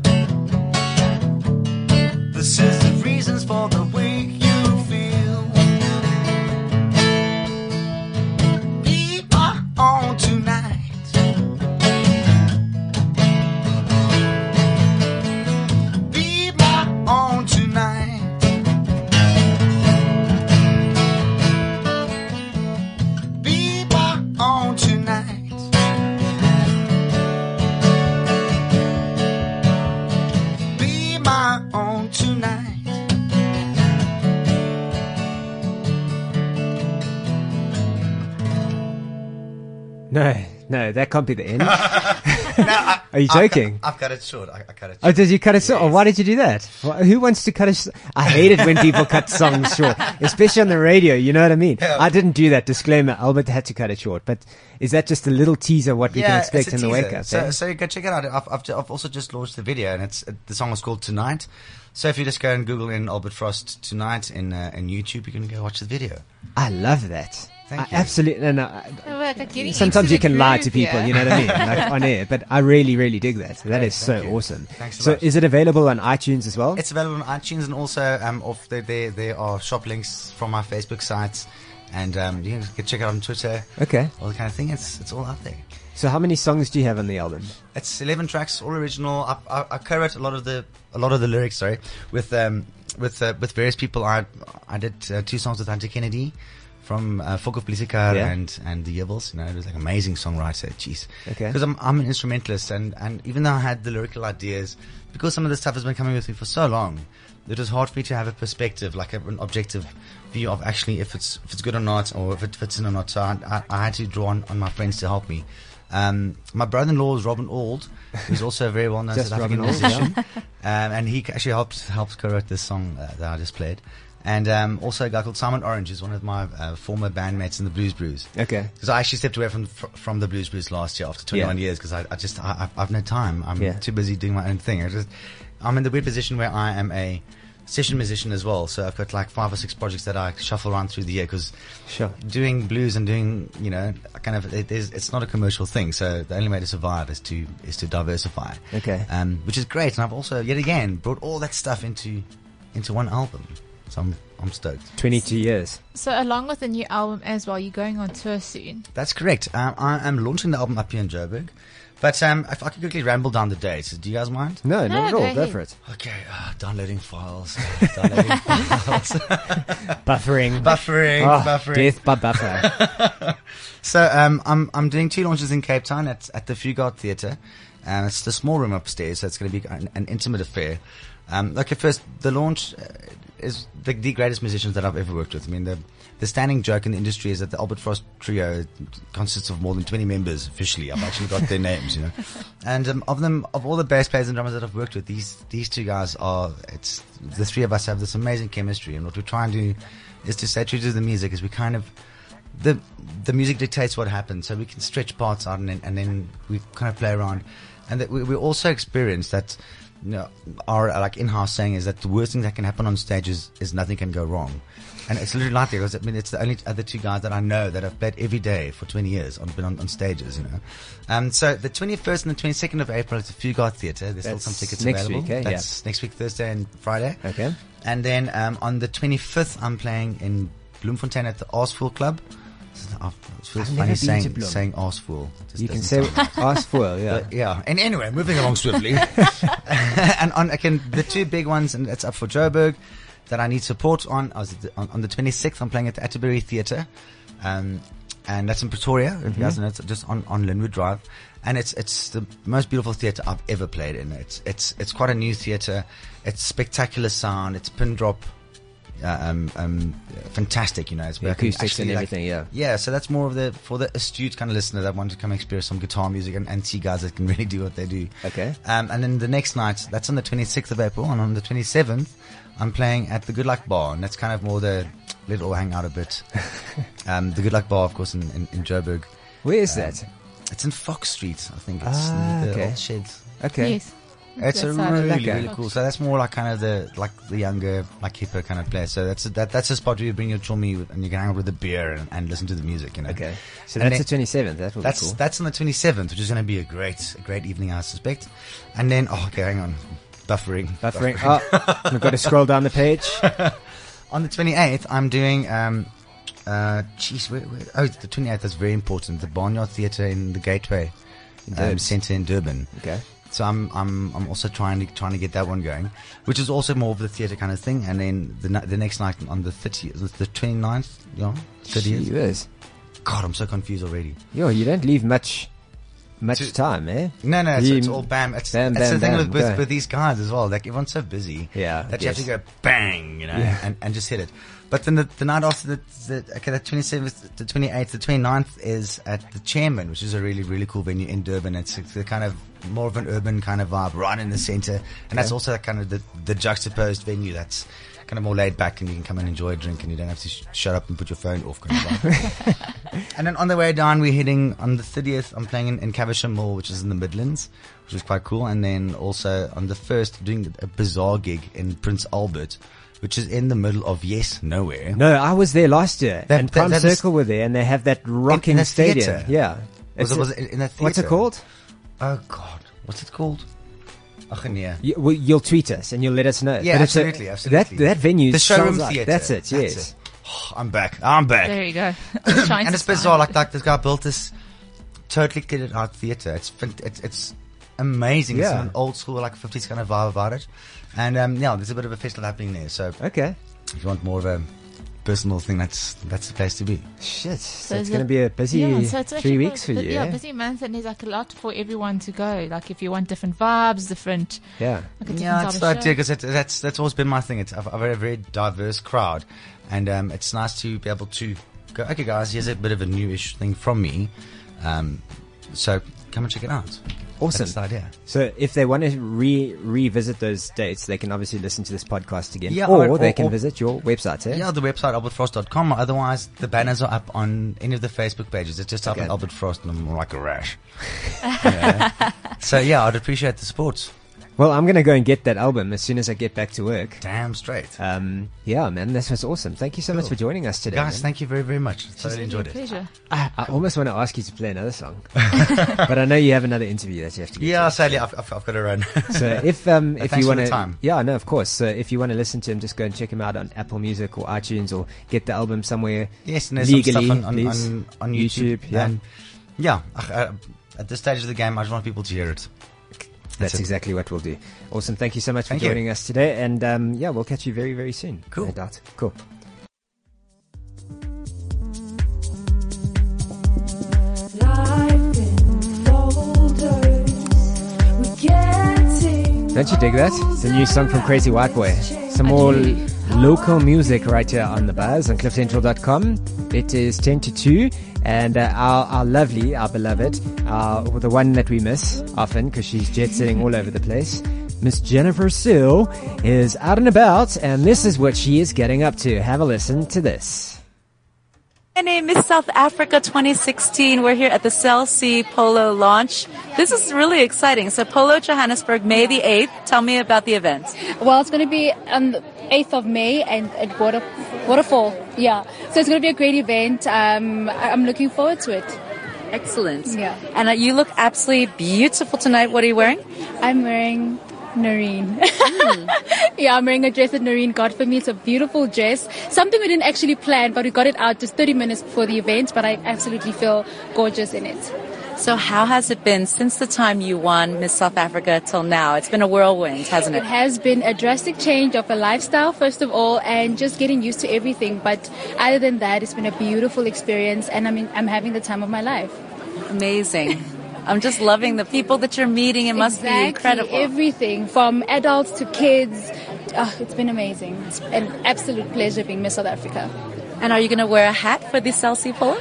This is the reasons for the way you feel. We are on tonight. We are on tonight. Be my own tonight. Be my own tonight. No, no, that can't be the end. Are you I've joking? cut- I've cut it short. I, I cut it Oh, short. did you cut it short? Oh, why did you do that? Wh- Who wants to cut a? Sh- I hate it when people cut songs short, especially on the radio. You know what I mean? Yeah. I didn't do that. Disclaimer: Albert had to cut it short. But is that just a little teaser what we can it's a expect in the teaser. wake up? So, eh? so you go check it out. I've, I've, I've also just launched the video, and it's the song is called Tonight. So if you just go and Google in Albert Frost tonight in uh, in YouTube, you can go watch the video. I love that. Thank I you. Absolutely. No, no, I- Like, like getting Sometimes into you the can lie to groove, people, yeah. you know what I mean, like on air. But I really, really dig that. That is so thank you. awesome. Thanks a so, lot. is it available on iTunes as well? It's available on iTunes and also um, off there. There there are shop links from our Facebook sites, and um, you can check it out on Twitter. okay. All the kind of thing. It's it's all out there. So, how many songs do you have on the album? It's eleven tracks, all original. I, I, I co-wrote a lot of the a lot of the lyrics. Sorry, with um with uh, with various people. I I did uh, two songs with Hunter Kennedy from uh, Folk of Blisikar Yeah. and and the Yebbles. You know, it was like amazing songwriter. Jeez, Okay. Because I'm I'm an instrumentalist, and and even though I had the lyrical ideas, because some of this stuff has been coming with me for so long, it was hard for me to have a perspective, like a, an objective view of actually if it's if it's good or not, or if it fits in or not. So I, I, I had to draw on, on my friends to help me. Um, my brother-in-law is Robin Auld, who's also a very well-known Just South African Robin Auld, musician, um, and he actually helped helped co-wrote this song uh, that I just played. And um, also a guy called Simon Orange is one of my uh, former bandmates in the Blues Brews. Okay. Because I actually stepped away from fr- from the Blues Blues last year after 21 Yeah. years because I, I just I, I've, I've no time. I'm Yeah. too busy doing my own thing. I just I'm in the weird position where I am a session musician as well. So I've got like five or six projects that I shuffle around through the year because Sure. doing blues and doing you know kind of it is, it's not a commercial thing. So the only way to survive is to is to diversify. Okay. Um, which is great, and I've also yet again brought all that stuff into into one album. So I'm I'm stoked. 22 years. So along with the new album as well, you're going on tour soon. That's correct. Um, I am launching the album up here in Joburg. But um, if I could quickly ramble down the dates, do you guys mind? No, No, not at all. go Go ahead. for it. Okay, uh, downloading files, downloading files, Buffering. buffering, Ah, buffering. Death by buffer. So um, I'm I'm doing two launches in Cape Town at at the Fugard Theatre, and it's the small room upstairs, so it's going to be an, an intimate affair. Um, okay, first the launch uh, is the, the greatest musicians that I've ever worked with. I mean, the the standing joke in the industry is that the Albert Frost trio consists of more than 20 members officially. I've actually got their names, you know, and um, of them, of all the bass players and drummers that I've worked with, these these two guys are. It's the three of us have this amazing chemistry, and what we try and do is to stay true to the music, is we kind of the the music dictates what happens, so we can stretch parts out and then, and then we kind of play around, and that we, we also experience that you know, our like in-house saying is that the worst thing that can happen on stage is, is nothing can go wrong, and it's literally like that because I mean it's the only other two guys that I know that have played every day for 20 years on been on, on stages, you know, um, so the 21st and the 22nd of April at the Fugard Theatre, there's still That's some tickets next available. week, eh? Yeah. That's next week Thursday and Friday. Okay. And then um, on the 25th, I'm playing in Bloemfontein at the Arsfool Club. This is- I've- It feels I've never funny been saying, to Bloem. saying Arsfool. It just You can doesn't say sound- ask for, yeah. But yeah. And anyway, moving along swiftly. and on again, the two big ones, and that's up for Joburg, that I need support on. I was at the, on, on the 26th, I'm playing at the Atterbury Theatre. Um, and that's in Pretoria, if you Mm-hmm. guys know, it's just on, on Linwood Drive. And it's, it's the most beautiful theatre I've ever played in. It's, it's, it's quite a new theatre. It's spectacular sound. It's pin drop. Uh, um, um, fantastic, you know, it's The where I can acoustics and actually, like, everything, yeah. yeah, so that's more of the for the astute kind of listener that wants to come experience some guitar music and, and see guys that can really do what they do. Okay. Um, and then the next night, that's on the 26th of April, and on the 27th, I'm playing at the Good Luck Bar, and that's kind of more the let it all hang out a bit. um, the Good Luck Bar, of course, in, in, in Joburg. Where is that? It's in Fox Street, I think. It's Ah, in the okay. old sheds. Okay. Yes. It's a That's how I really, like it. really cool. So that's more like kind of the like the younger, like hipper kind of player. So that's a, that that's a spot where you bring your chummy with- and you can hang out with a beer and, and listen to the music. You know. Okay. So And that's then- the 27th. That will that's be cool. that's on the 27th, which is going to be a great a great evening, I suspect. And then, oh, okay, hang on, buffering, Buffering. Oh, we've got to scroll down the page. On the 28th, I'm doing. Um, uh, jeez, where, where, oh, the 28th is very important. The Barnyard Theatre in the Gateway um, Durban. Centre in Durban. Okay. So I'm I'm I'm also trying to trying to get that one going, which is also more of the theatre kind of thing. And then the ni- the next night on the 30th, the 29th, yeah, 30th. Jeez. God, I'm so confused already. Yo, you don't leave much much To- time, eh? No, no, it's, You- it's all bam. It's, bam, it's bam, the thing bam, with, with, go. with these guys as well. Like everyone's so busy, Yeah, that you have to yes. go bang, you know, and, and just hit it. But then the, the night after the, the okay, the twenty seventh, the twenty eighth, the 29th is at the Chairman, which is a really really cool venue in Durban. It's the kind of more of an urban kind of vibe, right in the center. And that's also kind of the, the juxtaposed venue that's kind of more laid back and you can come and enjoy a drink and you don't have to sh- shut up and put your phone off. Kind of vibe. and then on the way down, we're heading on the 30th, I'm playing in, in Caversham Mall, which is in the Midlands, which was quite cool. And then also on the 1st, doing a bizarre gig in Prince Albert, which is in the middle of yes, nowhere. No, I was there last year, That- and that- Prime that is- Circle were there, and they have that rocking the stadium. theatre. Yeah, Was It's- it, was it in- in the theater? what's it called? Oh God, what's it called? Ach nee. You, well, you'll tweet us and you'll let us know. Yeah, But it's a- absolutely, absolutely. That that venue, The showroom sells out. theater. That's it. Yes. Oh, I'm back. I'm back. There you go. and it's bizarre. Like like this guy built this totally kitted out theater. It's fin- it's it's amazing. It's Yeah. an old school like 50s kind of vibe about it. And um, yeah, there's a bit of a festival happening there. So Okay. if you want more of a personal thing, that's that's the place to be. Shit. So So, is it's going to it- be a busy actually three quite- weeks for bu- you. Yeah, Yeah. busy month, and there's like a lot for everyone to go. Like if you want different vibes, different. yeah. Like a different Yeah, type it's of the show. idea because that's that's always been my thing. It's I've, I've had a very diverse crowd, and um, it's nice to be able to go. Okay, guys, here's a bit of a newish thing from me. Um, so come and check it out. Awesome. That's the idea. So if they want to re revisit those dates, they can obviously listen to this podcast again, Yeah, or, or- they or- can or- visit your website. Eh? Yeah, the website albertfrost.com. Or otherwise, the banners are up on any of the Facebook pages. It's just up Okay. on Albert Frost, and I'm like a rash. Yeah. So yeah, I'd appreciate the support. Well, I'm going to go and get that album as soon as I get back to work. Damn straight, Um, yeah, man, this was awesome. Thank you so much for joining us today. guys. man. Thank you very very much. I thoroughly enjoyed it. Pleasure. I, I almost want to ask you to play another song, but I know you have another interview that you have to. Get Yeah, to. sadly, I've, I've, I've got to run. So if um, if thanks you for want the to, time. yeah, no, of course. So if you want to listen to him, just go and check him out on Apple Music or iTunes, or get the album somewhere. Yes, and there's legally, some stuff on, on, please. on, on YouTube. YouTube, yeah. And, yeah. ach, uh, at this stage of the game, I just want people to hear it. That's it. exactly what we'll do. Awesome. Thank you so much for Thank you. joining us today, and um, yeah, we'll catch you very very soon. Cool. No doubt. Cool. Don't you dig that? It's a new song from Crazy White Boy. Some more l- local music right here on the buzz on cliffcentral.com. It is 10 to 2, and uh, our, our lovely, our beloved, our, the one that we miss often because she's jet setting all over the place, Miss Jennifer Sue is out and about, and this is what she is getting up to. Have a listen to this. My name is South Africa 2016. We're here at the Cell C Polo launch. This is really exciting. So Polo Johannesburg, May the 8th. Tell me about the event. Well, it's going to be on the 8th of May and at Water, Waterfall. Yeah. So it's going to be a great event. Um, I- I'm looking forward to it. Excellent. Yeah. And uh, you look absolutely beautiful tonight. What are you wearing? I'm wearing Noreen. yeah, I'm wearing a dress that Noreen got for me. It's a beautiful dress. Something we didn't actually plan, but we got it out just 30 minutes before the event, but I absolutely feel gorgeous in it. So how has it been since the time you won Miss South Africa till now? It's been a whirlwind, hasn't It it? has been a drastic change of a lifestyle, first of all, and just getting used to everything. But other than that, it's been a beautiful experience, and I mean, I'm having the time of my life. Amazing. I'm just loving the people that you're meeting. It must Exactly. be incredible. Everything from adults to kids. Oh, it's been amazing. It's an absolute pleasure being Miss South Africa. and are you going to wear a hat for the Cell C Polo?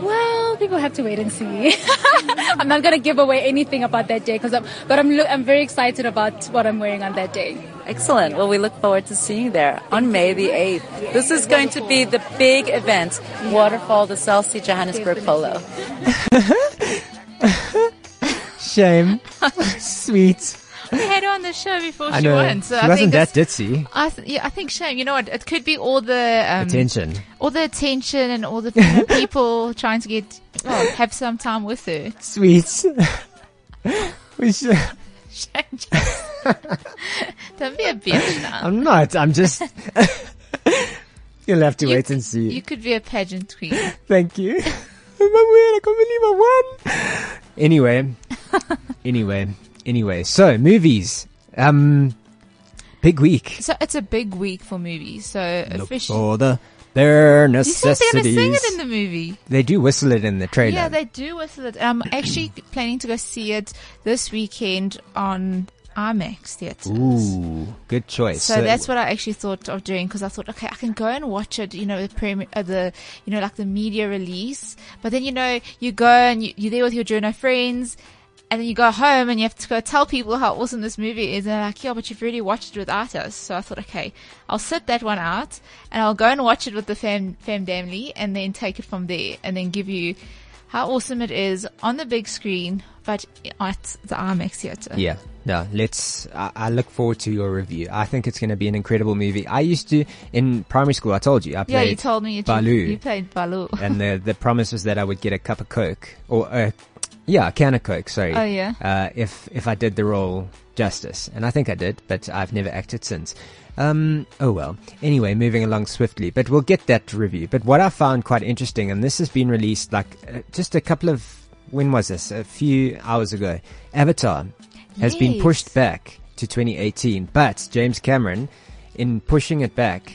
Well, people have to wait and see. I'm not gonna give away anything about that day, cause I'm, but I'm lo- I'm very excited about what I'm wearing on that day. Excellent. Well, we look forward to seeing you there on May the 8th. This is going to be the big event, Waterfall, the Celsi Johannesburg Polo. Shame. Sweet. We had her on the show before I she know. won. So she I think wasn't that it's- ditzy. I th- yeah, I think shame. You know what? It could be all the um, Attention. all the attention, and all the you know, people trying to get well, have some time with her. Sweet. we should. Uh. Shame. Don't be a bitch now. I'm not. I'm just. You'll have to You- wait and see. You could be a pageant queen. Thank you. My word, I can't believe I won. Anyway, anyway, anyway. So movies. Um, big week. So it's a big week for movies. So officially, for the bare you said they're oh, necessities. gonna sing it in the movie. they do whistle it in the trailer. Yeah, they do whistle it. I'm actually planning to go see it this weekend on IMAX theaters. Ooh, good choice. So that's what I actually thought of doing because I thought, okay, I can go and watch it, you know, the premi- uh, the you know, like the media release. But then you know, you go and you, you're there with your journo friends, And then you go home and you have to go tell people how awesome this movie is. And they're like, yeah, but you've already watched it without us. So I thought, okay, I'll sit that one out and I'll go and watch it with the fam, fam damly and then take it from there and then give you how awesome it is on the big screen, but at the IMAX theater. Yeah, no, let's. I, I look forward to your review. I think it's going to be an incredible movie. I used to, in primary school, I told you, I Yeah, played you told me that you, Baloo. you played Baloo. and the the promise was that I would get a cup of Coke or a, yeah, a can of Coke. Sorry. Oh, yeah. Uh, if if I did the role justice, and I think I did, but I've never acted since. Um, oh well. Anyway, moving along swiftly, but we'll get that review. But what I found quite interesting, and this has been released like uh, just a couple of when was this? A few hours ago. Avatar has been Yes. pushed back to 2018, but James Cameron, in pushing it back,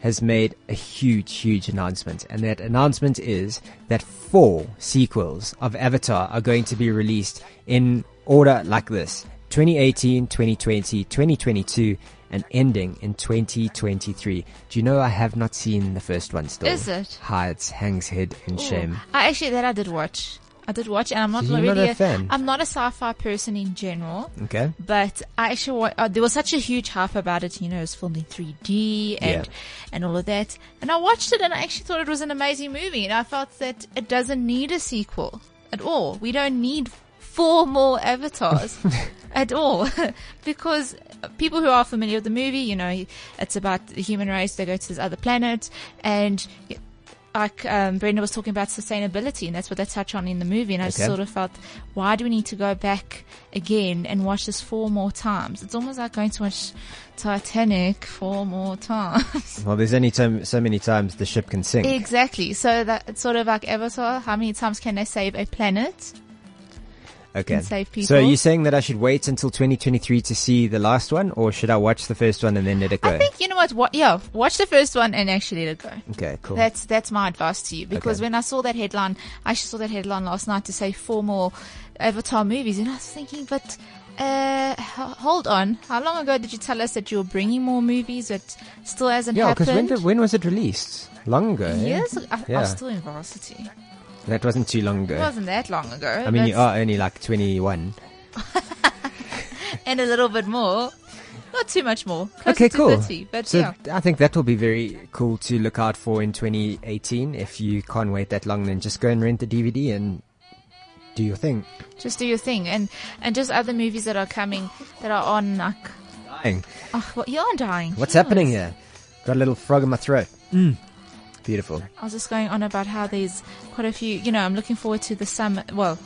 has made a huge, huge announcement. And that announcement is that four sequels of Avatar are going to be released in order like this 2018, 2020, 2022, and ending in 2023. Do you know I have not seen the first one still? Is it? Hides, hangs head in shame. I actually that I did watch. I did watch, and I'm not So you're really. not a fan? I'm not a sci-fi person in general. Okay. But I actually, wa- uh, there was such a huge hype about it. You know, it was filmed in 3D and Yeah. and all of that. And I watched it, and I actually thought it was an amazing movie. And I felt that it doesn't need a sequel at all. We don't need four more avatars at all, because people who are familiar with the movie, you know, it's about the human race. They go to this other planet, and like um, Brenda was talking about sustainability, and that's what they touch on in the movie. And I just Okay. sort of felt, why do we need to go back again and watch this four more times? It's almost like going to watch Titanic four more times. Well, there's only time, so many times the ship can sink. exactly. So that it's sort of like Avatar. How many times can they save a planet? okay. can save So people. are you saying that I should wait until 2023 to see the last one, or should I watch the first one and then let it go? I think you know what, what. Yeah, watch the first one and actually let it go. okay, cool. That's that's my advice to you because Okay. when I saw that headline, I actually saw that headline last night to say four more Avatar movies, and I was thinking, but uh, h- hold on, how long ago did you tell us that you were bringing more movies that still hasn't Yeah, because happened? when, did- when was it released? Long ago. eh? Years, ago- I, I Yeah. was still in varsity. It That wasn't too long ago. wasn't that long ago. I mean, you That's- are only like 21. and a little bit more, not too much more. Closer Okay, to cool. 30, but so yeah. I think that will be very cool to look out for in 2018. If you can't wait that long, then just go and rent the DVD and do your thing. Just do your thing, and and just other movies that are coming that are on like, Dying. oh, well, you're dying. What's Jeez. happening here? Got a little frog in my throat. Beautiful. I was just going on about how there's quite a few. You know, I'm looking forward to the summer. Well,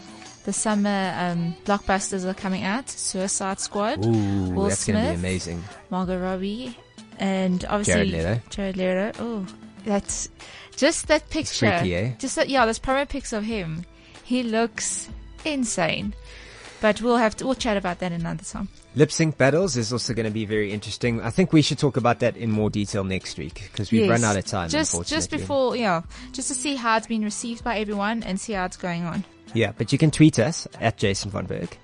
the summer um, blockbusters are coming out. Suicide Squad, Ooh, Will that's Smith, going to be amazing. Margot Robbie, and obviously Jared Leto. Jared Leto. Oh, that's just that picture. freaky, eh? Just that. Yeah, there's promo pics of him. He looks insane. But we'll have to. We'll chat about that another time. Lip sync battles is also going to be very interesting. I think we should talk about that in more detail next week because we've Yes. run out of time. Just just unfortunately. before, yeah, just to see how it's been received by everyone and see how it's going on. Yeah, but you can tweet us at Jason Von Berg.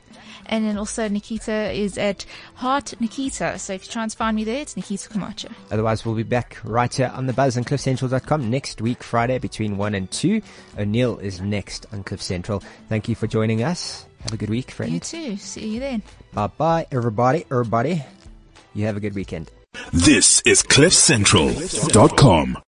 And then also Nikita is at Heart Nikita. So if you try and find me there, it's Nikita Camacho. Otherwise, we'll be back right here on the buzz on cliffcentral.com next week, Friday, between 1 and 2. O'Neill is next on Cliff Central. Thank you for joining us. Have a good week, You friends. too. See you then. Bye bye, everybody. Everybody, you have a good weekend. This is CliffCentral.com.